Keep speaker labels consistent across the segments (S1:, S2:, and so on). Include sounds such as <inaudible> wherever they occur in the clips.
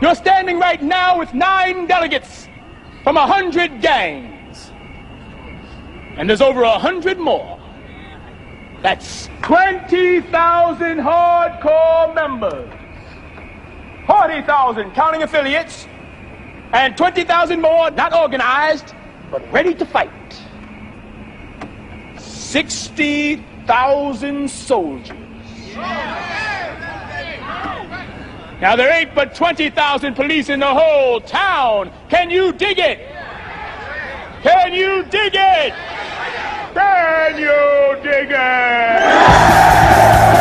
S1: You're standing right now with nine delegates from a hundred gangs. And there's over a hundred more. That's 20,000 hardcore members, 40,000 counting affiliates, and 20,000 more not organized, but ready to fight. 60,000 soldiers. Now, there ain't but 20,000 police in the whole town. Can you dig it? Can you dig it? Can you dig it?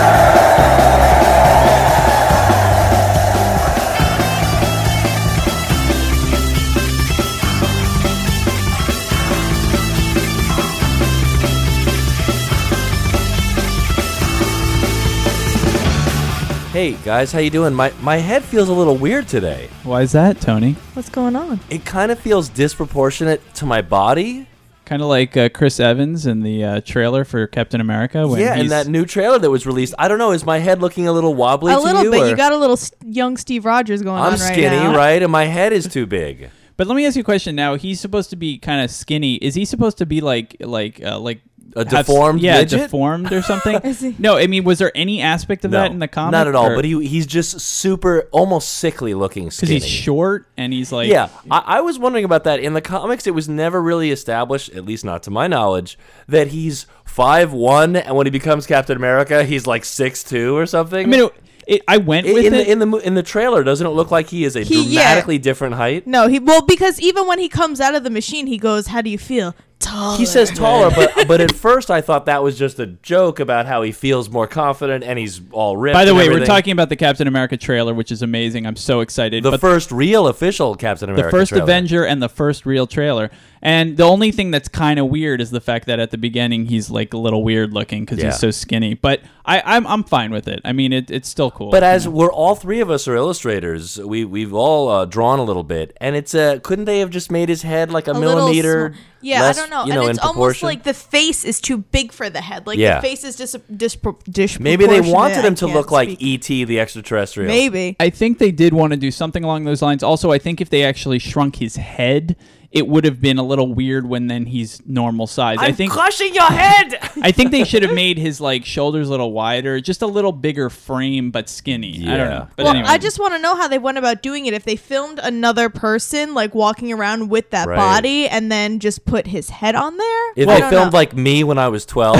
S2: Hey guys, how you doing? My my head feels a little weird today.
S3: Why is that, Tony?
S4: What's going on?
S2: It kind of feels disproportionate to my body.
S3: Kind of like uh, Chris Evans in the uh, trailer for Captain America. When
S2: yeah,
S3: he's,
S2: and that new trailer that was released. I don't know. Is my head looking a little wobbly?
S4: A
S2: to
S4: little
S2: you,
S4: bit.
S2: or-
S4: You got a little s- young Steve Rogers going
S2: I'm
S4: on right
S2: skinny,
S4: now.
S2: right? And my head is too
S3: <laughs>
S2: big.
S3: But let me ask you a question. Now he's supposed to be kind of skinny. Is he supposed to be like like uh, like
S2: A deformed
S3: Yeah,
S2: midget?
S3: deformed or something.
S4: <laughs> Is he-
S3: No, I mean, was there any aspect of that in the comic?
S2: Not at all.
S3: or-
S2: But he he's just super, almost sickly looking. Skinny.
S3: he's short and he's like
S2: yeah, I, I was wondering about that. In the comics, it was never really established, at least not to my knowledge, that he's five one, and when he becomes Captain America, he's like six two or something.
S3: I mean, it, it, I went
S2: in,
S3: with
S2: in
S3: it.
S2: the in the mo- in the trailer, doesn't it look like he is a
S4: He- yeah.
S2: dramatically different height?
S4: No, he well because even when he comes out of the machine, he goes, "How do you feel?" Tall.
S2: He says taller,
S4: <laughs>
S2: but but at first I thought that was just a joke about how he feels more confident and he's all ripped.
S3: By the
S2: and
S3: way, we're
S2: everything.
S3: talking about the Captain America trailer, which is amazing. I'm so excited.
S2: the
S3: but
S2: first real official Captain
S3: the
S2: America.
S3: first
S2: trailer.
S3: Avenger and the first real trailer. And the only thing that's kind of weird is the fact that at the beginning he's like a little weird looking because
S2: Yeah.
S3: he's so skinny. But I, I'm I'm fine with it. I mean, it, it's still cool.
S2: But as we're all three of us are illustrators, we we've all uh, drawn a little bit, and it's a couldn't they have just made his head like a,
S4: A little
S2: millimeter?
S4: small- Yeah,
S2: less,
S4: I don't know.
S2: You know,
S4: and
S2: in
S4: it's almost
S2: proportion.
S4: like the face is too big for the head. Like
S2: Yeah.
S4: the face is dis- dispro- disproportionate.
S2: maybe they wanted
S4: I
S2: him to
S4: can't
S2: look like
S4: speak.
S2: E.T. the extraterrestrial.
S4: Maybe.
S3: I think they did want to do something along those lines. Also, I think if they actually shrunk his head, it would have been a little weird when then he's normal size. I
S2: I'm
S3: think
S2: crushing your head.
S3: I think they should have made his like shoulders a little wider, just a little bigger frame, but skinny. I
S2: Yeah.
S3: don't know. But
S4: well,
S3: anyway,
S4: I just want to know how they went about doing it. If they filmed another person like walking around with that
S2: Right.
S4: body and then just put his head on there,
S2: if
S4: I
S2: they
S4: don't
S2: filmed
S4: know.
S2: like me when I was
S4: <laughs>
S2: twelve,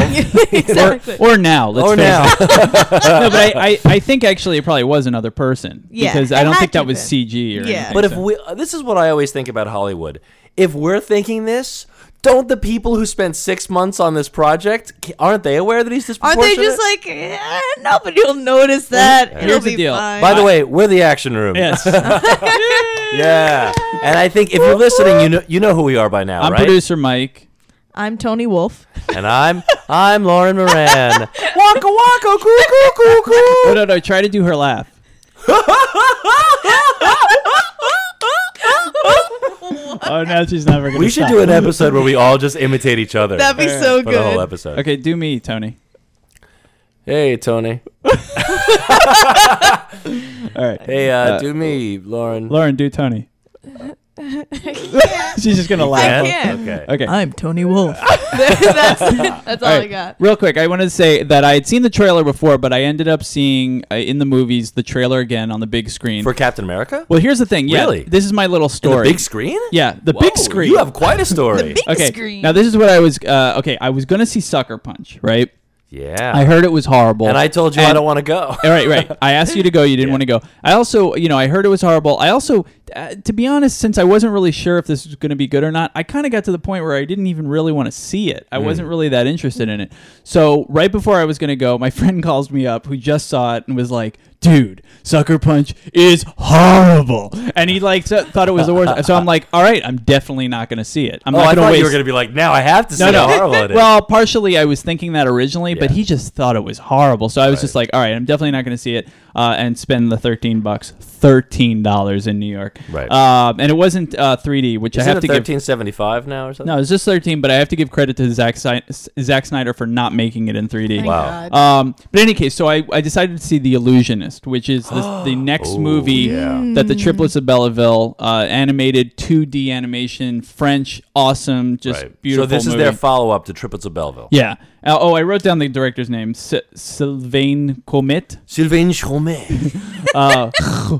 S4: exactly.
S3: <laughs> or now let's
S2: or
S3: face
S2: now. <laughs>
S3: it. no, but I, I, I think actually it probably was another person
S4: Yeah,
S3: because
S4: it
S3: I don't
S4: had
S3: think
S4: to
S3: that
S4: have
S3: was
S4: been.
S3: CG. Or
S4: Yeah.
S3: anything,
S2: But if
S3: so-
S2: we, uh, this is what I always think about Hollywood. If we're thinking this, don't the people who spent six months on this project ca- aren't they aware that he's
S4: Aren't
S2: disproportionate?
S4: they just like eh, nobody will notice that? It'll
S3: Here's the
S4: be
S3: deal.
S4: fine.
S2: By the way, we're the action room.
S3: <laughs> yes,
S2: Yeah. And I think if you're listening, you know you know who we are by now,
S3: I'm
S2: right?
S3: producer
S2: <laughs>
S3: Mike.
S4: I'm Tony Wolf.
S2: And I'm I'm Lauren
S4: <laughs>
S2: Moran. waka waka coo coo coo
S3: No,
S2: coo.
S3: no, no. Try to do her laugh.
S4: <laughs>
S3: Oh, now she's never gonna.
S2: We should do an episode where we all just imitate each other.
S4: That'd be so
S2: for the whole
S4: good.
S2: episode.
S3: Okay, do me, Tony.
S2: Hey
S3: <laughs>
S2: Tony. <laughs>
S3: All right,
S2: Hey, uh,
S3: Uh,
S2: do me, Lauren.
S3: Lauren, do
S4: <laughs>
S3: Tony. she's just gonna laugh.
S2: Yeah?
S4: I can't.
S2: Okay.
S3: Okay.
S4: I'm Tony Wolf. <laughs> that's that's all
S3: All
S4: I
S3: right,
S4: got.
S3: Real quick, I wanted to say that I had seen the trailer before, but I ended up seeing uh, in the movies the trailer again on the big screen.
S2: For Captain America?
S3: well, here's the thing. Yeah,
S2: Really?
S3: this is my little
S2: In the
S3: story.
S2: big screen?
S3: Yeah, the big
S2: Whoa,
S3: screen.
S2: You have quite a
S3: <laughs>
S2: story.
S4: big-
S3: okay.
S4: screen.
S3: Now this is what I was. Uh, okay, I was gonna see Sucker Punch, right?
S2: yeah.
S3: I heard it was horrible,
S2: and I told you I
S3: And-
S2: don't want to go. <laughs> Oh,
S3: All <laughs> right, right. I asked you to go. You didn't want to go. I also, you know, I heard it was horrible. I also, uh, to be honest, since I wasn't really sure if this was going to be good or not, I kind of got to the point where I didn't even really want to see it. I
S2: Mm.
S3: wasn't really that interested in it. So right before I was going to go, my <laughs> friend calls me up who just saw it and was like, "Dude, Sucker Punch is horrible," and he like so- thought it was the worst. So I'm like, "All right, I'm definitely not going to see it. I'm
S2: Oh, I
S3: not going
S2: thought
S3: to waste."
S2: you were going to be like, now I have to see
S3: no, no.
S2: how horrible it is.
S3: Well, partially I was thinking that originally, but
S2: Yeah.
S3: he just thought it was horrible. So I was just like, all right, I'm definitely not going to see it uh, and spend the 13 bucks, $13 in New York.
S2: Right.
S3: Um, and it wasn't uh, 3D, which I
S2: Isn't
S3: have
S2: it
S3: to give.
S2: 1375 now or something?
S3: No, it's just 13, but I have to give credit to Zack, si- Zack Snyder for not making it in 3D.
S2: Wow.
S4: Oh God.
S3: Um, but in any case, so I, I decided to see The Illusionist, Protagonist, which is
S2: <gasps>
S3: the, the next
S2: Oh,
S3: movie that the triplets of Belleville uh, animated 2D animation, French, awesome, just
S2: Right.
S3: beautiful.
S2: so this is
S3: movie.
S2: their follow up to Triplets of Belleville.
S3: yeah. Uh, oh, I wrote down the director's name, S- Sylvain Comet.
S2: Sylvain
S3: <laughs>
S2: Chomet. <laughs>
S3: Uh,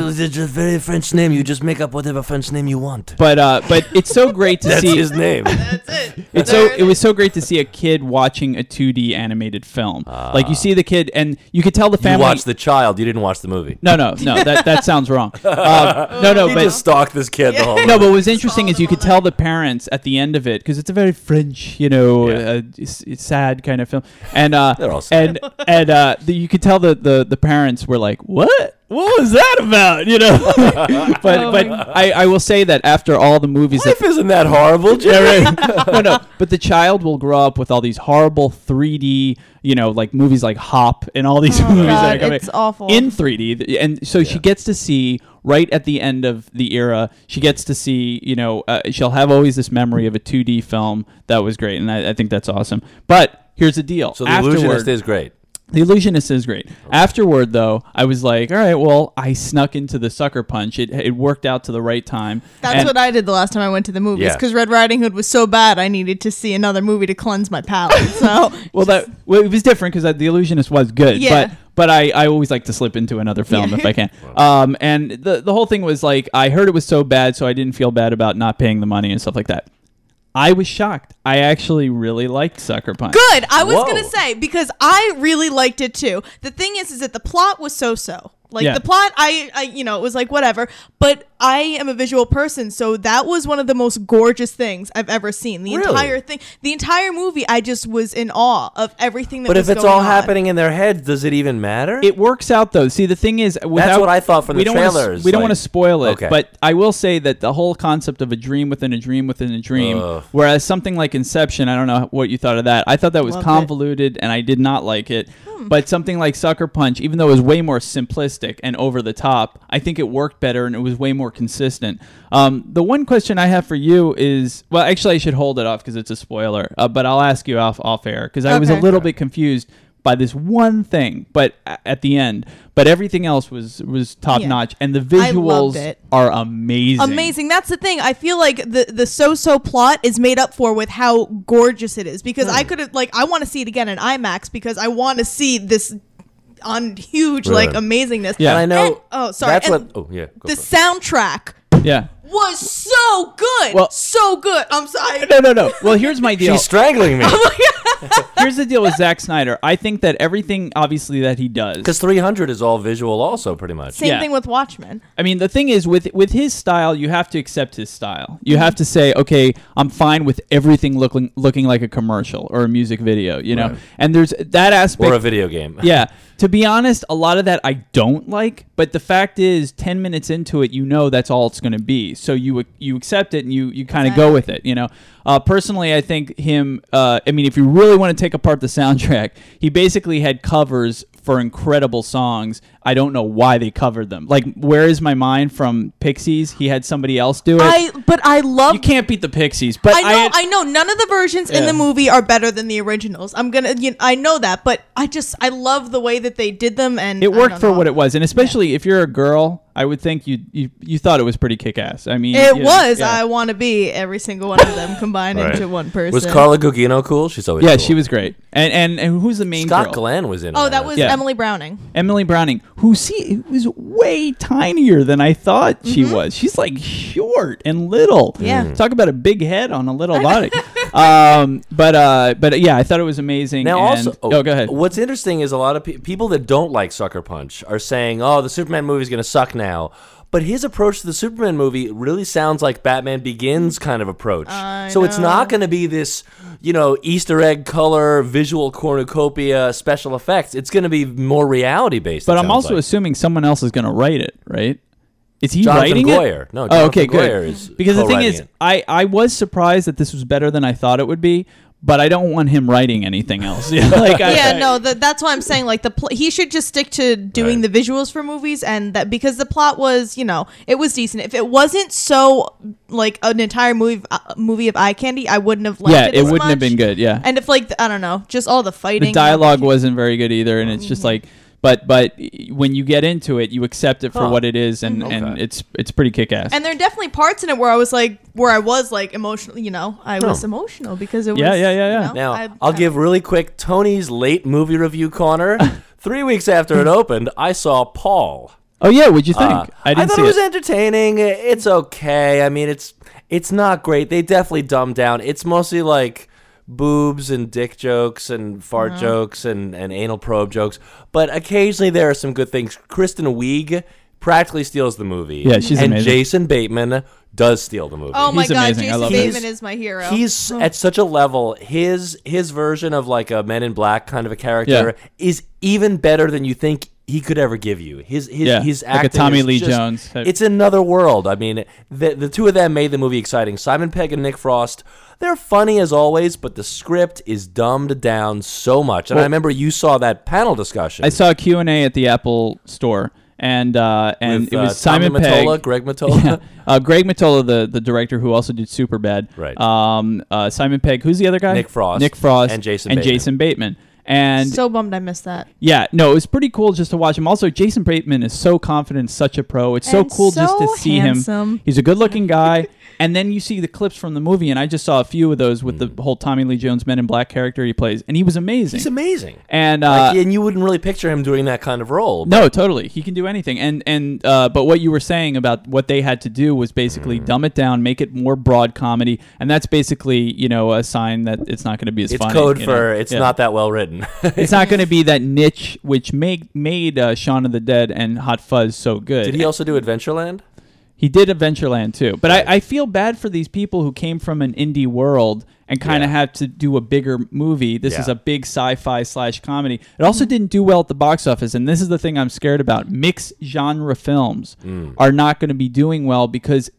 S2: it's a very French name. You just make up whatever French name you want.
S3: but uh, but it's so great
S2: <laughs>
S3: to
S2: That's
S3: see
S2: his name.
S3: <laughs>
S4: That's
S3: Um,
S4: it.
S3: It's so it was so great to see a kid watching a 2D animated film. like you see the kid, and you could tell
S2: Ah.
S3: the
S2: You
S3: family.
S2: watched the child. You didn't watch the movie.
S3: no, no, no. That that
S2: <laughs>
S3: sounds wrong. Um, no, no,
S2: He
S3: but
S2: just stalked this kid the whole.
S3: <laughs> no,
S2: movie.
S3: but what was interesting is you could tell the parents at the end of it because it's a very French, you know,
S2: Yeah.
S3: uh, it's, it's sad kind of film, and uh,
S2: They're all sad.
S3: and and uh, the, you could tell the, the the parents were like, "What? What was that about?" You know, <laughs> but but I, I will say that after all the movies that
S2: life isn't that horrible, Jerry.
S3: <laughs> no, no. But the child will grow up with all these horrible 3D, you know, like movies like Hop and all these movies that are
S4: Oh God,
S3: coming
S4: it's awful.
S3: in 3D. Th- And so she gets to see right at the end of the era. She gets to see, you know, uh, she'll have always this memory of a 2D film that was great, and I, I think that's awesome. But here's the deal.
S2: so the
S3: Afterward-
S2: illusionist is great.
S3: the illusionist is great. Afterward, though, I was like, all right, well, I snuck into the sucker punch. It, it worked out to the right time.
S4: That's
S3: And-
S4: what I did the last time I went to the movies
S2: Yeah.
S4: because Red Riding Hood was so bad I needed to see another movie to cleanse my palate.
S3: <laughs>
S4: So
S3: Well, that well, it was different because the illusionist was good,
S4: Yeah.
S3: but but I, I always like to slip into another film
S4: Yeah.
S3: if I
S2: <laughs>
S3: can. Um, and the the whole thing was like I heard it was so bad, so I didn't feel bad about not paying the money and stuff like that. I was shocked. I actually really liked Sucker Punch.
S4: good. I was
S2: Whoa.
S4: gonna say because I really liked it too. The thing is, is that the plot was so-so. Like
S3: Yeah.
S4: the plot, I, I, you know, it was like whatever. But I am a visual person, so that was one of the most gorgeous things I've ever seen. The
S2: Really?
S4: entire thing, the entire movie, I just was in awe of everything that.
S2: But
S4: was
S2: if it's
S4: going
S2: all
S4: on.
S2: happening in their heads, does it even matter?
S3: It works out though. See, the thing is, without,
S2: what I thought from
S3: we
S2: the
S3: don't wanna-
S2: trailers,
S3: we don't
S2: like-
S3: want to spoil it,
S2: Okay.
S3: but I will say that the whole concept of a dream within a dream within a dream.
S2: Ugh.
S3: Whereas something like Inception, I don't know what you thought of that. I thought that was
S4: Loved it.
S3: convoluted, and I did not like it.
S4: Hmm.
S3: But something like Sucker Punch, even though it was way more simplistic and over the top, I think it worked better and it was way more consistent. Um, the one question I have for you is, well, actually, I should hold it off because it's a spoiler. Uh, but I'll ask you off off air because I was a
S4: Okay.
S3: little bit confused by this one thing, but a- at the end, but everything else was was top notch, and the
S4: I
S3: visuals
S4: loved it.
S3: are amazing.
S4: amazing. That's the thing. I feel like the the so so plot is made up for with how gorgeous it is because I could have like I want to see it again in IMAX because I want to see this on huge like
S2: Right.
S4: amazingness.
S3: Yeah.
S2: and I know.
S4: And- oh, sorry.
S2: That's
S4: And
S2: what. Oh yeah. go
S4: the
S2: for it.
S4: soundtrack
S3: Yeah.
S4: was so good.
S3: Well-
S4: so good. I'm sorry.
S3: No, no, no. Well, here's
S4: <laughs>
S3: my deal.
S2: She's strangling <laughs> me
S3: here's the deal with Zack Snyder. I think that everything, obviously, that he does.
S2: because 300 is all visual, also pretty much.
S4: Same
S3: Yeah.
S4: thing with Watchmen.
S3: I mean, the thing is with with his style, you have to accept his style. You have to say, okay, I'm fine with everything looking looking like a commercial or a music video, you know.
S2: Right.
S3: And there's that aspect.
S2: Or a video game.
S3: yeah. To be honest, a lot of that I don't like, but the fact is 10 minutes into it, you know that's all it's going to be. So you you accept it and you you kind of go with it, you know. Uh, personally, I think him uh, I mean if you really want to take apart the soundtrack, he basically had covers for incredible songs. I don't know why they covered them. Like Where Is My Mind from Pixies, he had somebody else do it.
S4: I but I love
S3: you can't beat the Pixies, but
S4: I know, I,
S3: had-
S4: know. None of the versions in
S3: Yeah.
S4: the movie are better than the originals. I'm gonna, you I know that, but I just, I love the way that they did them, and
S3: it
S4: I
S3: worked
S4: don't
S3: for
S4: know.
S3: what it was, and especially if you're a girl, I would think you you, you thought it was pretty kick ass. I mean,
S4: It
S3: you know,
S4: was.
S3: yeah.
S4: I want to be every single one of them combined
S2: Right.
S4: into one person.
S2: Was Carla Gugino cool? She's always
S3: Yeah,
S2: cool.
S3: she was great. And and, and who's the main
S2: Scott
S3: girl?
S2: Glenn was in.
S4: Oh,
S2: on
S4: that was
S3: Yeah.
S4: Emily Browning.
S3: Emily Browning, who see was way tinier than I thought she was. She's like short and little.
S4: Mm-hmm. Yeah.
S2: Hmm.
S4: Mm.
S3: talk about a big head on a little
S4: <laughs>
S3: body. um, but uh, but yeah, I thought it was amazing.
S2: Now
S3: and-
S2: also,
S3: oh, go ahead.
S2: What's interesting is a lot of pe- people that don't like Sucker Punch are saying, "Oh, the Superman movie is going to suck now." But his approach to the Superman movie really sounds like Batman Begins kind of approach. so it's not going to be this, you know, Easter egg color visual cornucopia special effects. It's going to be more reality based. it
S3: but I'm
S2: sounds
S3: also
S2: like.
S3: assuming someone else is going to write it, right? Is he
S2: Jonathan
S3: writing
S2: Goyer.
S3: it?
S2: No,
S3: oh,
S2: Jonathan
S3: okay, good.
S2: Goyer is
S3: because the thing
S2: co-writing
S3: is,
S2: it.
S3: I I was surprised that this was better than I thought it would be, but I don't want him writing anything else. <laughs> like, I,
S4: Yeah,
S3: I-
S4: no, that that's why I'm saying like the pl- he should just stick to doing
S2: Right.
S4: the visuals for movies, and that because the plot was, you know, it was decent. If it wasn't so like an entire movie uh, movie of eye candy, I wouldn't have liked
S3: yeah,
S4: it.
S3: it
S4: as
S3: wouldn't have
S4: much.
S3: been good. Yeah,
S4: And if like the, I don't know, just all the fighting, Mm-hmm.
S3: the dialogue wasn't very good either and it's just like But but when you get into it, you accept it for what it is, and, and
S2: Mm-hmm. Okay.
S3: it's it's pretty kick ass.
S4: And there are definitely parts in it where I was like, where I was like emotional. You know, I was emotional because it was.
S3: Yeah, yeah, yeah, yeah.
S4: you know,
S2: Now,
S4: I-
S2: I'll
S4: I-
S2: give really quick Tony's late movie review
S3: <laughs>
S2: corner. Three weeks after it opened, I saw Paul.
S3: Oh yeah, what'd you think?
S2: Uh,
S3: I didn't
S2: thought
S3: see
S2: it was entertaining. It's okay. I mean, it's it's not great. They definitely dumbed down. It's mostly like boobs and dick jokes and fart
S3: Mm-hmm.
S2: jokes and, and anal probe jokes. But occasionally there are some good things. Kristen Wiig practically steals the movie.
S3: Yeah, she's
S2: and
S3: amazing.
S2: Jason Bateman does steal the movie.
S4: Oh my
S3: He's
S4: god,
S3: amazing. I
S4: Jason
S3: love him.
S4: Bateman
S2: He's-
S4: is my hero.
S2: He's at such a level. His his version of like a Men in Black kind of a character is even better than you think he could ever give you. His his
S3: Yeah,
S2: his
S3: like a
S2: acting
S3: Tommy
S2: is
S3: Lee
S2: just-
S3: Jones type.
S2: It's another world. I mean, the the two of them made the movie exciting. Simon Pegg and Nick Frost. They're funny as always, but the script is dumbed down so much. And I remember you saw that panel discussion.
S3: I saw q and A Q&A at the Apple store, and uh, and
S2: with,
S3: it was
S2: uh,
S3: Simon
S2: Tommy
S3: Pegg,
S2: Mottola, Greg Matola.
S3: <laughs> Yeah. uh, Greg Matola, the, the director who also did Superbad.
S2: Right.
S3: Um, uh, Simon Pegg. Who's the other guy?
S2: Nick Frost.
S3: Nick Frost.
S2: And Jason
S3: And
S2: Bateman.
S3: Jason Bateman. And
S4: so bummed I missed that.
S3: yeah, no, it was pretty cool just to watch him. Also, Jason Bateman is so confident, such a pro. It's so
S4: And
S3: cool just to
S4: so
S3: see him.
S4: handsome.
S3: He's a good-looking guy. <laughs> and then you see the clips from the movie, and I just saw a few of those with the whole Tommy Lee Jones Men in Black character he plays, and he was amazing.
S2: Hmm. He's amazing.
S3: and uh,
S2: Like, and you wouldn't really picture him doing that kind of role.
S3: No, totally. He can do anything. And and uh, but what you were saying about what they had to do was basically
S2: Mm.
S3: dumb it down, make it more broad comedy, and that's basically you know a sign that it's not going to be as
S2: It's
S3: funny.
S2: code
S3: you know?
S2: for it's
S3: Yeah.
S2: not that well
S3: <laughs>
S2: written.
S3: It's not going to be that niche which made made uh, Shaun of the Dead and Hot Fuzz so good.
S2: Did he also do Adventureland?
S3: He did Adventureland too, but I, I feel bad for these people who came from an indie world and kind of
S2: Yeah.
S3: had to do a bigger movie. This is
S2: Yeah.
S3: a big sci-fi slash comedy. It also didn't do well at the box office, and this is the thing I'm scared about. Mixed genre films
S2: Mm.
S3: are not going to be doing well because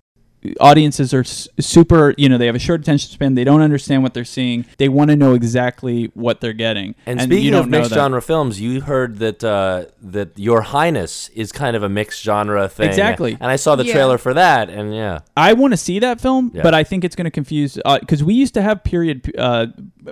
S3: audiences are s- super. You know, they have a short attention span. They don't understand what they're seeing. They want to know exactly what they're getting.
S2: And,
S3: you
S2: speaking
S3: don't
S2: of
S3: know
S2: mixed
S3: that.
S2: genre films, you heard that uh, that Your Highness is kind of a mixed genre thing.
S3: Exactly.
S2: And I saw the
S4: Yeah.
S2: trailer for that, and yeah,
S3: I want to see that film,
S2: Yeah.
S3: but I think it's going to confuse because we used to have period. Uh,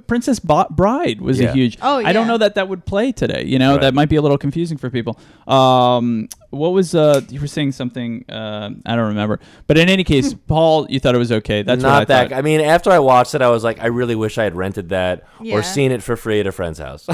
S3: Princess Bo- Bride was
S2: Yeah.
S3: a huge.
S4: Oh,
S3: I don't
S4: yeah.
S3: know that that would play today. You know,
S2: Right.
S3: that might be a little confusing for people. Um, what was uh, you were saying something? Uh, I don't remember. But in any
S4: <laughs>
S3: case, Paul, you thought it was okay. That's
S2: not
S3: what I
S2: that.
S3: thought.
S2: I mean, after I watched it, I was like, I really wish I had rented that
S4: Yeah.
S2: or seen it for free at a friend's house.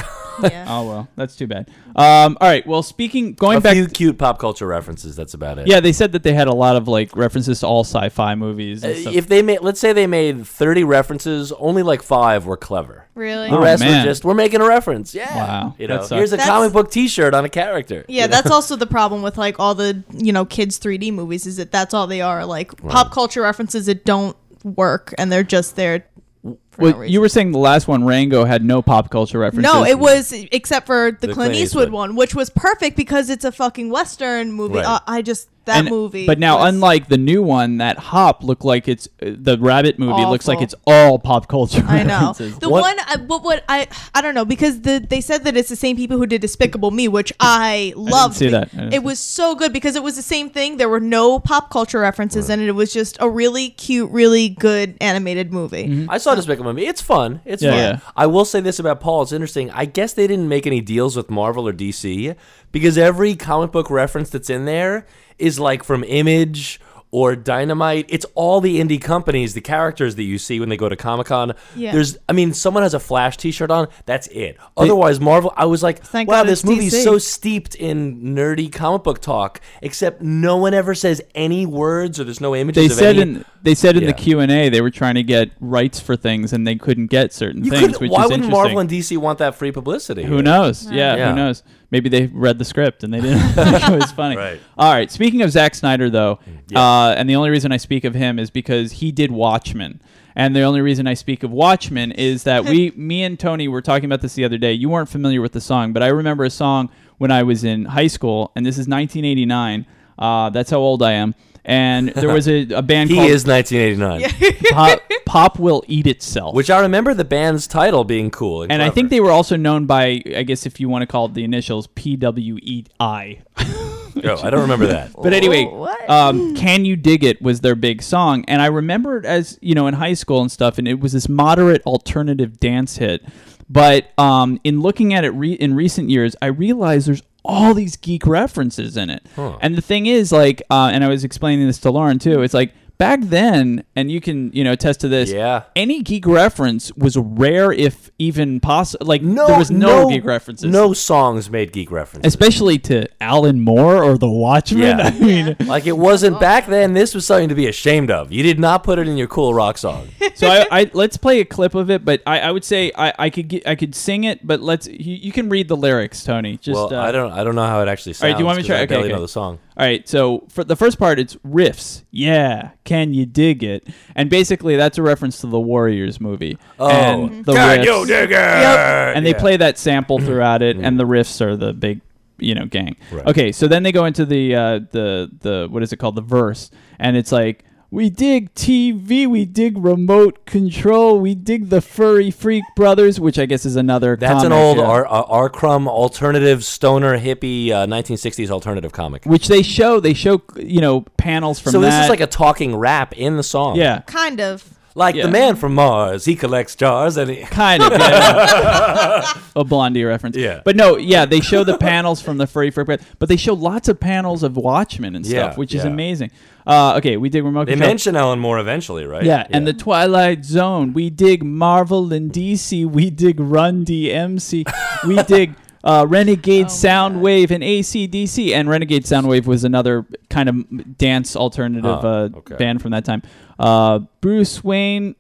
S4: Yeah.
S3: Oh well, that's too bad. Um, all right. Well, speaking going
S2: a
S3: back.
S2: few cute pop culture references. That's about it.
S3: yeah, they said that they had a lot of like references to all sci-fi movies. And stuff.
S2: If they made, let's say they made thirty references, only like five were clever.
S4: really?
S2: The
S3: Oh,
S2: rest
S3: man.
S2: were just we're making a reference. Yeah.
S3: Wow.
S2: You
S3: That
S2: know,
S3: sucks.
S2: here's a
S4: That's-
S2: comic book T-shirt on a character.
S4: Yeah, that's also the problem with like all the you know kids 3D movies is that that's all they are like pop culture references that don't work and they're just there. For
S3: Well,
S4: no
S3: you
S4: reason.
S3: were saying the last one, Rango, had no pop culture references.
S4: no, it was except for the,
S2: The
S4: Clint,
S2: Clint
S4: Eastwood
S2: Eastwood.
S4: one, which was perfect because it's a fucking western movie.
S2: Right.
S4: Uh, I just that
S3: And-
S4: movie.
S3: But now,
S4: was-
S3: unlike the new one, that Hop looked like it's uh, the Rabbit movie looks
S4: Awful.
S3: like it's all pop culture.
S4: I know
S3: references.
S4: the
S2: What-
S4: one. I, but what I I don't know because the they said that it's the same people who did Despicable Me, which I loved.
S3: see that. I didn't see
S4: It was so good because it was the same thing. There were no pop culture references, and it was just a really cute, really good animated movie.
S3: Mm-hmm.
S2: I saw Despicable Me. It's fun. It's
S3: Yeah,
S2: fun.
S3: yeah.
S2: I will say this about Paul. It's interesting. I guess they didn't make any deals with Marvel or DC because every comic book reference that's in there is like from Image or Dynamite. It's all the indie companies, the characters that you see when they go to Comic Con.
S4: Yeah.
S2: There's, I mean, someone has a Flash T-shirt on. That's it. Otherwise, Marvel. I was like,
S4: Thank
S2: wow,
S4: God
S2: this
S4: it's
S2: movie is
S4: DC.
S2: so steeped in nerdy comic book talk. Except no one ever says any words or there's no images.
S3: They
S2: of
S3: said
S2: any-
S3: in they said in
S2: Yeah.
S3: the Q and A they were trying to get rights for things and they couldn't get certain
S2: You
S3: things.
S2: couldn't-
S3: which
S2: why
S3: is
S2: wouldn't
S3: interesting.
S2: Marvel and DC want that free publicity?
S3: Who knows? Yeah,
S2: Yeah.
S3: who knows? Maybe they read the script and they didn't <laughs> think it was funny.
S2: Right. Mm.
S3: All right. Speaking of Zack Snyder, though, uh, and the only reason I speak of him is because he did Watchmen. And the only reason I speak of Watchmen is that we, me and Tony were talking about this the other day. You weren't familiar with the song, but I remember a song when I was in high school, and this is 1989. Uh, that's how old I am. And there was a, a band
S2: He
S3: called
S2: is 1989,
S3: Pop, Pop Will Eat Itself.
S2: <laughs> which I remember the band's title being cool. And,
S3: and I
S2: clever.
S3: think they were also known by, I guess, if you want to call it the initials, E PWEI.
S2: No, Oh, I don't remember that.
S3: <laughs> But anyway,
S4: Oh, what?
S3: um, "Can You Dig It" was their big song, and I remember it as you know in high school and stuff, and it was this moderate alternative dance hit. But um, in looking at it re- in recent years, I realized there's all these geek references in it. And the thing is, like, uh, and I was explaining this to Lauren too. It's like back then, and you can you know attest to this.
S2: Yeah.
S3: any geek reference was rare, if even possible. Like,
S2: No,
S3: there was no, geek references.
S2: No songs made geek references.
S3: especially to Alan Moore or The Watchmen. <laughs>
S2: Yeah.
S3: I mean,
S2: like it wasn't back then. This was something to be ashamed of. You did not put it in your cool rock
S3: <laughs>
S2: song.
S3: so I, I let's play a clip of it. But I, I would say I, I could get, I could sing it, but let's you, you can read the lyrics, Tony. Just
S2: well,
S3: uh,
S2: I don't. I don't know how it actually sounds.
S3: All right, do you want me to
S2: 'cause
S3: try?
S2: I
S3: Okay,
S2: barely
S3: okay.
S2: know the song.
S3: All right, so for the first part, it's riffs. Yeah, can you dig it? And basically, that's a reference to the Warriors movie.
S2: Oh,
S3: and the riffs,
S2: Uh,
S4: Yep.
S3: And they play that sample
S2: Mm-hmm.
S3: throughout it, and the riffs are the big, you know, gang.
S2: Right.
S3: Okay, so then they go into the uh, the the what is it called? The verse, and it's like. We dig TV, we dig remote control, we dig the furry freak brothers, which I guess is another.
S2: That's an
S3: comic,
S2: old
S3: yeah.
S2: R, R. Crumb alternative stoner hippie uh, 1960s alternative comic.
S3: which they show. They show you know panels from
S2: So
S3: that.
S2: this is like a talking rap in the song.
S3: yeah.
S4: Kind of.
S2: Like
S3: Yeah.
S2: the man from Mars, he collects jars and he,
S3: kind
S2: <laughs>
S3: of yeah. a blondie reference
S2: Yeah.
S3: but no yeah they show the panels from the furry furry but they show lots of panels of watchmen and stuff
S2: Yeah,
S3: which is
S2: yeah.
S3: amazing uh, okay we dig remote
S2: they
S3: control
S2: mention Alan Moore eventually, right?
S3: yeah, and the Twilight Zone. We dig Marvel and DC. We dig Run DMC.
S2: <laughs>
S3: We dig uh, Renegade Soundwave and ACDC. And Renegade Soundwave was another kind of dance alternative
S2: Ah,
S3: uh,
S2: okay.
S3: band from that time. Uh, Bruce Wayne.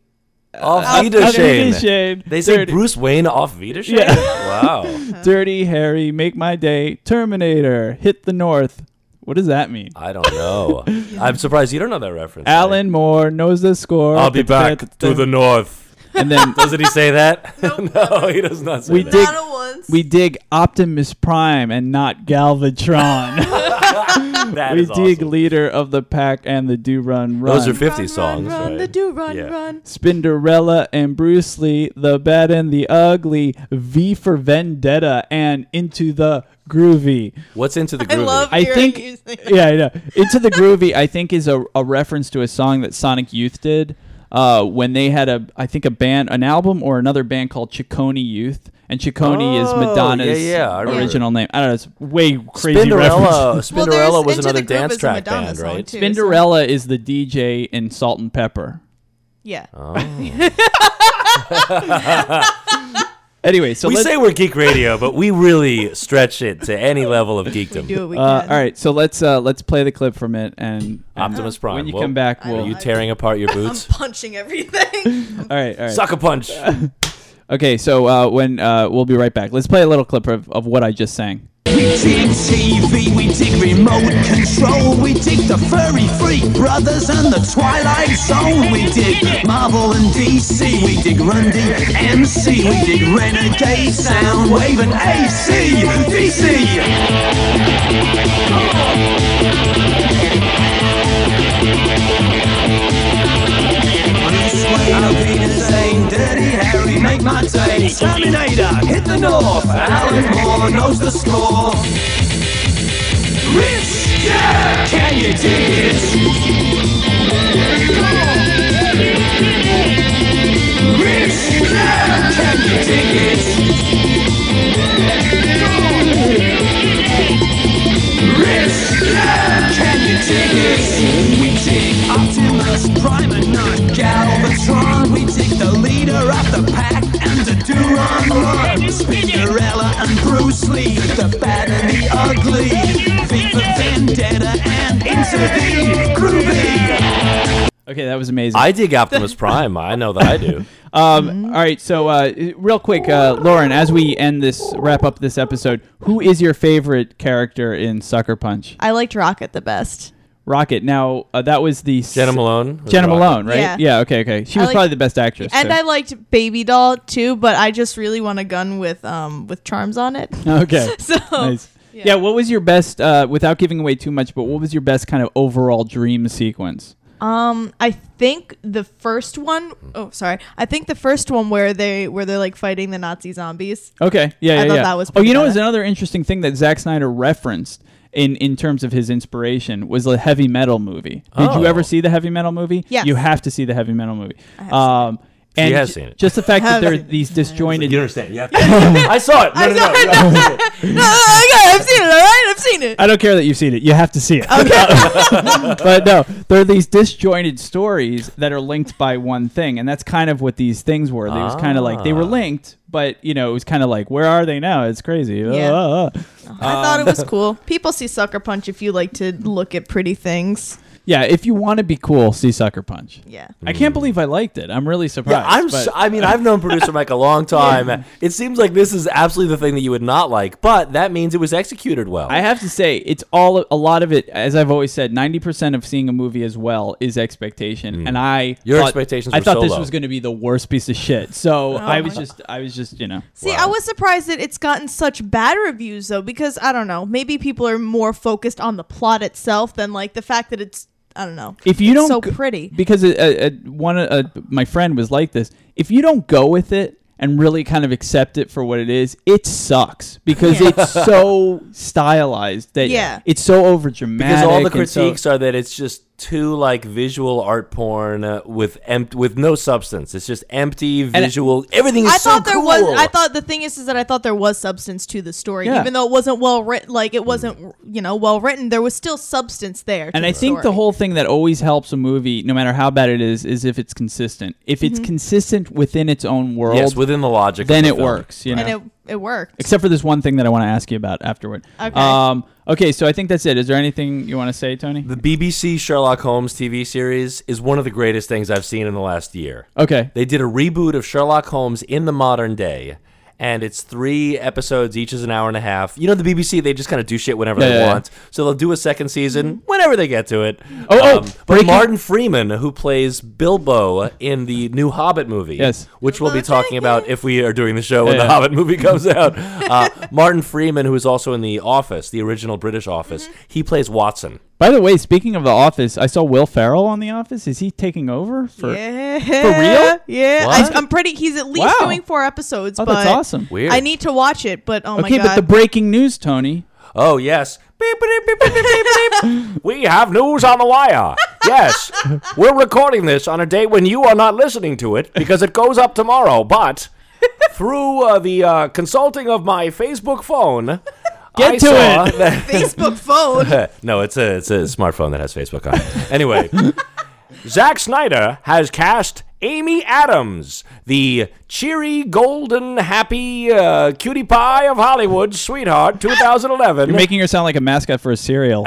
S2: off Vita
S3: Auf
S2: Shane.
S3: Wiedersehen.
S2: They say
S3: Dirty-
S2: Bruce Wayne off Vita Shane?
S3: Yeah.
S2: Wow.
S3: <laughs> Dirty Harry, Make My Day, Terminator, Hit the North. What does that mean?
S2: I don't
S3: <laughs>
S2: know. I'm surprised you don't know that reference.
S3: Alan Moore knows the score.
S2: I'll be back to the north.
S3: And then
S2: <laughs> Doesn't he say
S4: <laughs>
S2: that? no, he does not say
S3: We
S2: that.
S3: did- Dig-
S4: Not at once.
S3: we dig Optimus Prime and not Galvatron.
S2: <laughs> That
S3: we
S2: is
S3: dig
S2: awesome.
S3: leader of the pack and the Do Run Run.
S2: Those are 50 songs.
S4: Run,
S2: right?
S4: the do run,
S2: Yeah.
S4: run.
S3: Spinderella and Bruce Lee, The Bad and the Ugly, V for Vendetta, and Into the Groovy.
S2: What's into the
S4: I
S2: groovy?
S4: love
S3: I
S4: hearing
S3: think,
S4: you say
S3: <laughs> yeah, I know.
S2: <laughs>
S3: Into the Groovy, I think, is a, a reference to a song that Sonic Youth did uh, when they had a, I think, a band, an album or another band called Chicone Youth, and Chicone is
S2: Oh,
S3: Madonna's
S2: yeah, yeah, I remember.
S3: original name. I don't know. It's way crazy.
S2: Spinderella, <laughs>
S3: reference. <laughs>
S4: Well,
S2: Spinderella
S4: there's
S2: was
S4: Into the
S2: another
S4: Groove
S2: dance
S4: is a
S2: track
S4: Madonna
S2: band,
S4: song,
S2: right?
S4: too, so-
S3: Spinderella is the DJ in Salt and Pepper.
S4: Yeah.
S2: Uh-huh.
S3: Anyway, so
S2: We
S3: let's,
S2: say we're geek radio, but we really stretch it to any level of geekdom.
S4: Do what we
S3: uh,
S4: can.
S3: all right, so let's uh, let's play the clip from it and
S2: Optimus Prime.
S3: Uh-huh. When you
S2: Whoa.
S3: come back,
S4: I
S3: we'll.
S2: Are you
S4: I-
S2: tearing apart
S3: <laughs>
S2: your
S4: I'm
S2: boots?
S4: punching everything.
S3: all right, all right.
S2: Sucker
S3: <laughs>
S2: punch.
S3: Okay, so uh, when uh, we'll be right back. Let's play a little clip of, of what I just sang.
S5: We dig TV, we dig remote control, we dig the furry freak brothers and the Twilight Zone, we dig Marvel and DC, we dig Run DMC, we dig Renegade Soundwave and AC, DC. Bruce Wayne, I'll be the same. Dirty Harry, make my day. Terminator, hit the north. Alan Moore knows the score. Rich, yeah, can you dig it? Rich, yeah, can you dig it? Rich, yeah, can you dig it? We dig Optimus Prime and not Galvatron. We dig the leader of the pack and the Duran Run. Spinderella and Bruce Lee, the bad and the ugly. V for Vendetta and into the groovy.
S3: Okay, that was amazing.
S2: I dig Optimus Prime. I know that I
S3: <laughs>
S2: do.
S4: Mm-hmm.
S3: um, all right, so uh, real quick, uh, Lauren, as we end this, wrap up this episode, who is your favorite character in Sucker Punch?
S4: I liked Rocket the best.
S3: Rocket. Now uh, that was the
S2: Jenna Malone. was
S3: Jenna
S2: Rocket.
S3: Malone, right?
S4: Yeah.
S3: Okay. Okay. She
S4: I
S3: was
S4: like-
S3: probably the best actress.
S4: And
S3: so-
S4: I liked Baby Doll too, but I just really want a gun with um with charms on it.
S3: <laughs> Okay.
S4: <laughs> So
S3: nice. Yeah. What was your best? Uh, without giving away too much, but what was your best kind of overall dream sequence?
S4: Um, I think the first one oh sorry. I think the first one where they where they're like fighting the Nazi zombies.
S3: Okay. Yeah.
S4: I
S3: yeah,
S4: thought
S3: yeah.
S4: that was
S3: Oh, you
S4: pretty
S3: know, what's
S4: badass.
S3: another interesting thing that Zack Snyder referenced in in terms of his inspiration was the heavy metal movie. Did
S2: Oh.
S3: you ever see the heavy metal movie?
S4: Yes.
S3: You have to see the heavy metal movie.
S4: have seen
S3: um, And
S2: has
S3: j-
S2: seen it.
S3: Just the fact that there
S4: <laughs>
S3: are
S4: Haven't.
S3: these disjointed.
S2: You understand? Yeah. I saw
S3: <laughs>
S2: it. No, no, no. no.
S4: <laughs> No, okay, I've seen it. All right, I've seen it.
S3: I don't care that you've seen it. You have to see it. <laughs> but no, there are these disjointed stories that are linked by one thing, and that's kind of what these things were. They was kind of like they were
S2: Ah.
S3: linked, but you know, it was kind of like, where are they now? It's crazy.
S4: Yeah.
S3: Uh, uh, uh.
S4: I thought it was cool. People see Sucker Punch if you like to look at pretty things.
S3: Yeah, if you want to be cool, see Sucker Punch.
S4: Yeah.
S3: I can't believe I liked it. I'm really surprised.
S2: Yeah, I'm.
S3: but-
S2: So, I mean, I've known producer Mike a
S3: <laughs>
S2: long time. It seems like this is absolutely the thing that you would not like, but that means it was executed well.
S3: I have to say, it's all a lot of it. As I've always said, ninety percent of seeing a movie as well is expectation, and I
S2: Mm. Your
S3: thought-
S2: expectations
S3: I
S2: were
S3: thought
S2: so
S3: this
S2: low.
S3: was going to be the worst piece of shit. So
S4: Oh
S3: I was just, I was just, you know,
S4: See, I was surprised that it's gotten such bad reviews though, because I don't know, maybe people are more focused on the plot itself than like the fact that it's I don't know.
S3: if you
S4: it's
S3: don't
S4: so
S3: go-
S4: pretty.
S3: because uh, uh, one uh, my friend was like this. If you don't go with it and really kind of accept it for what it is, it sucks because
S4: Yeah.
S3: it's
S4: <laughs>
S3: so stylized that
S4: Yeah.
S3: it's so over dramatic.
S2: because all the critiques are that it's just too like visual art porn uh, with empt- with no substance. It's just empty visual. everything is
S4: I
S2: so
S4: thought there
S2: cool.
S4: was. I thought the thing is, is that I thought there was substance to the story,
S3: Yeah. Mm.
S4: even though it wasn't well written. Like it wasn't, you know, well written. There was still substance there. to
S3: and I think the
S4: story.
S3: whole thing that always helps a movie, no matter how bad it is, is if it's consistent. If it's
S4: Mm-hmm.
S3: consistent within its own world,
S2: yes, within the logic. of
S3: then
S2: the
S3: it
S2: film.
S3: works. You know,
S4: and it it worked.
S3: except for this one thing that I want to ask you about afterward.
S4: Okay.
S3: Um, okay. So I think that's it. Is there anything you want to say, Tony?
S2: The BBC Sherlock Holmes TV series is one of the greatest things I've seen in the last year.
S3: Okay.
S2: They did a reboot of Sherlock Holmes in the modern day, and it's three episodes, each is an hour and a half. You know, the BBC, they just kind of do shit whenever
S3: Yeah,
S2: they
S3: yeah, yeah.
S2: want. So they'll do a second season whenever they get to it. Um,
S3: oh,
S2: but
S3: breaking-
S2: Martin Freeman, who plays Bilbo in the new Hobbit movie,
S3: Yes.
S2: which we'll be
S4: Bilbo
S2: talking about
S4: Baggins.
S2: if we are doing the show when
S3: Yeah,
S2: the
S3: yeah.
S2: Hobbit movie
S3: <laughs>
S2: comes out. Uh, Martin Freeman, who is also in The Office, the original British Office, he plays Watson.
S3: By the way, speaking of The Office, I saw Will Ferrell on The Office. Is he taking over for?
S4: yeah.
S3: real?
S4: <laughs> Yeah. I,
S2: What?
S4: I'm pretty. He's at least
S3: Wow.
S4: doing four episodes.
S3: Oh,
S4: but
S3: that's awesome.
S2: Weird.
S4: I need to watch it, but oh
S3: Okay,
S4: my
S3: but
S4: god.
S3: the breaking news, Tony.
S2: Oh yes. Beep, beep, beep, beep, beep, beep, beep.
S3: <laughs>
S2: we have news on the wire. Yes, we're recording this on a day when you are not listening to it because it goes up tomorrow. But through uh, the uh, consulting of my Facebook phone,
S3: Get
S2: I
S3: to
S2: saw
S3: it.
S2: that-
S4: Facebook
S3: <laughs>
S4: phone.
S2: <laughs> no, it's a it's a smartphone that has Facebook on. it. Anyway, Zack Snyder has cast Amy Adams, the cheery, golden, happy uh, cutie pie of Hollywood,
S3: <laughs>
S2: sweetheart, 2011.
S3: You're making her sound like a mascot for
S2: <laughs>
S3: a cereal.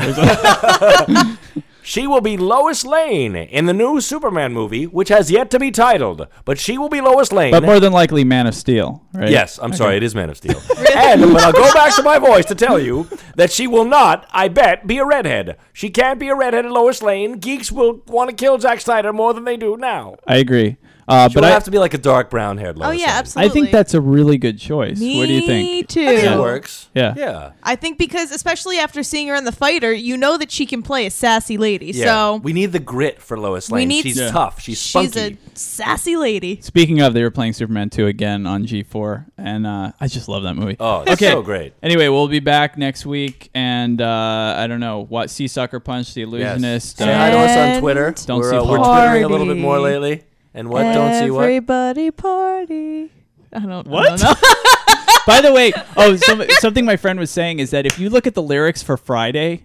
S2: She will be Lois Lane in the new Superman movie, which has yet to be titled, but she will be Lois Lane.
S3: but more than likely, Man of Steel. Right?
S2: yes, I'm sorry, it is Man of
S4: <laughs>
S2: Steel. and but I'll go back to my voice to tell you that she will not, I bet, be a redhead. She can't be a redheaded Lois Lane. Geeks will want to kill Zack Snyder more than they do now.
S3: I agree. Uh,
S2: But
S3: but
S2: I
S3: I,
S2: have to be like a dark brown haired Lois.
S4: Oh yeah,
S2: Lane.
S3: I
S4: absolutely.
S3: think that's a really good choice.
S4: Me
S3: what do you think?
S4: Too.
S2: It works.
S3: Yeah.
S2: Yeah.
S4: I think because especially after seeing her in the fighter, you know that she can play a sassy lady.
S2: yeah.
S4: So
S2: we need the grit for Lois
S4: We
S2: Lane.
S4: need-
S2: She's
S4: Yeah.
S2: tough. She's
S4: she's
S2: spunky.
S4: a sassy lady.
S3: Speaking of, they were playing Superman 2 again on G4, and uh, I just love that movie.
S2: Oh, it's so great.
S3: Anyway, we'll be back next week, and uh, I don't know what Sea Sucker Punch, The
S2: Yes.
S3: Illusionist.
S2: Say hi to
S3: uh,
S2: us on
S4: And
S2: Twitter.
S3: Don't
S2: we're,
S3: see
S2: uh, we're
S3: Paul.
S2: twittering a little bit
S4: Party.
S2: more lately. And what? Don't see what?
S4: Everybody party. I don't.
S3: <laughs>
S4: I
S3: What?
S4: don't know.
S3: <laughs> By the way, oh, some, something my friend was saying is that if you look at the lyrics for Friday,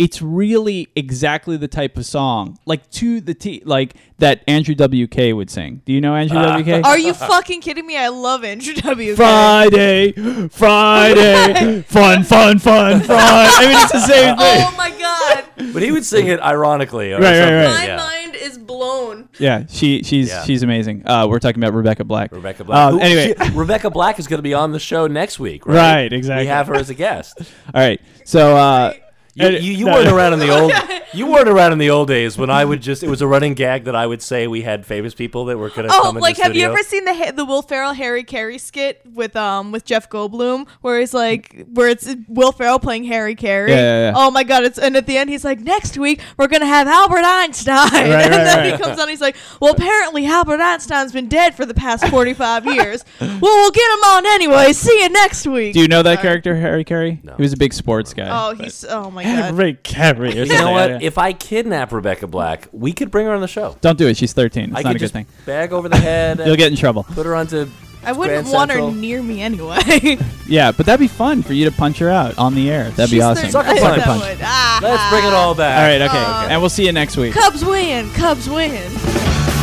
S3: it's really exactly the type of song, like to the T, like that Andrew WK would sing. Do you know Andrew WK?
S2: Uh,
S4: Are you fucking kidding me? I love Andrew W.
S3: Friday,
S4: <laughs>
S3: Friday, fun, fun, fun, fun. I mean, it's the same thing.
S4: Oh
S3: <laughs>
S4: my god,
S2: But he would sing it ironically. Or
S3: Right, right,
S2: something.
S3: right.
S4: my
S2: Yeah.
S4: mind is blown.
S3: Yeah, she she's
S2: Yeah.
S3: she's amazing. Uh, we're talking about Rebecca Black.
S2: Rebecca Black.
S3: Um,
S2: Who-
S3: anyway,
S2: she- Rebecca Black is going to be on the show next week, right?
S3: Right, exactly.
S2: We have her as a
S3: <laughs>
S2: guest.
S3: all right. So
S4: <laughs>
S3: uh,
S2: You,
S3: and-
S2: you, you
S3: no,
S2: weren't
S3: no.
S2: around in the
S3: <laughs>
S2: old. You weren't around in the old days when I would just. It was a running gag that I would say we had famous people that were going to
S4: Oh,
S2: come in
S4: like
S2: the
S4: have you
S2: studio.
S4: ever seen the ha- the Will Ferrell Harry Carey skit with um with Jeff Goldblum where he's like where it's Will Ferrell playing Harry Carey?
S3: Yeah, yeah, yeah.
S4: Oh my god, it's and at the end he's like next week we're going to have Albert Einstein. <laughs> and
S3: right,
S4: then
S3: right.
S4: he comes on he's like, "Well, apparently Albert Einstein's been dead for the past 45
S3: <laughs>
S4: years. Well, we'll get him on anyway. See you next week."
S3: Do you know that character Harry Carey? No. He was a big sports guy.
S4: Oh,
S3: but-
S4: he's oh my
S3: <laughs>
S4: that.
S3: Ray Carey. or
S2: You know
S3: something,
S2: what?
S3: yeah.
S2: If I kidnap Rebecca Black, we could bring her on the show.
S3: Don't do it. She's 13.
S2: I
S3: It's not a
S2: could
S3: good
S2: just
S3: thing.
S2: bag over the head.
S3: You'll get in trouble.
S2: put her onto.
S4: I wouldn't
S2: Grand
S4: want her
S2: Central.
S4: near me anyway.
S3: Yeah, but that'd be fun for you to punch her out on the air. That'd be
S4: She's
S3: awesome.
S2: Sucker
S4: 13.
S2: punch.
S4: That
S3: punch.
S4: would- ah.
S2: Let's bring it all back.
S3: All right, okay. And we'll see you next week.
S4: Cubs win. Cubs win.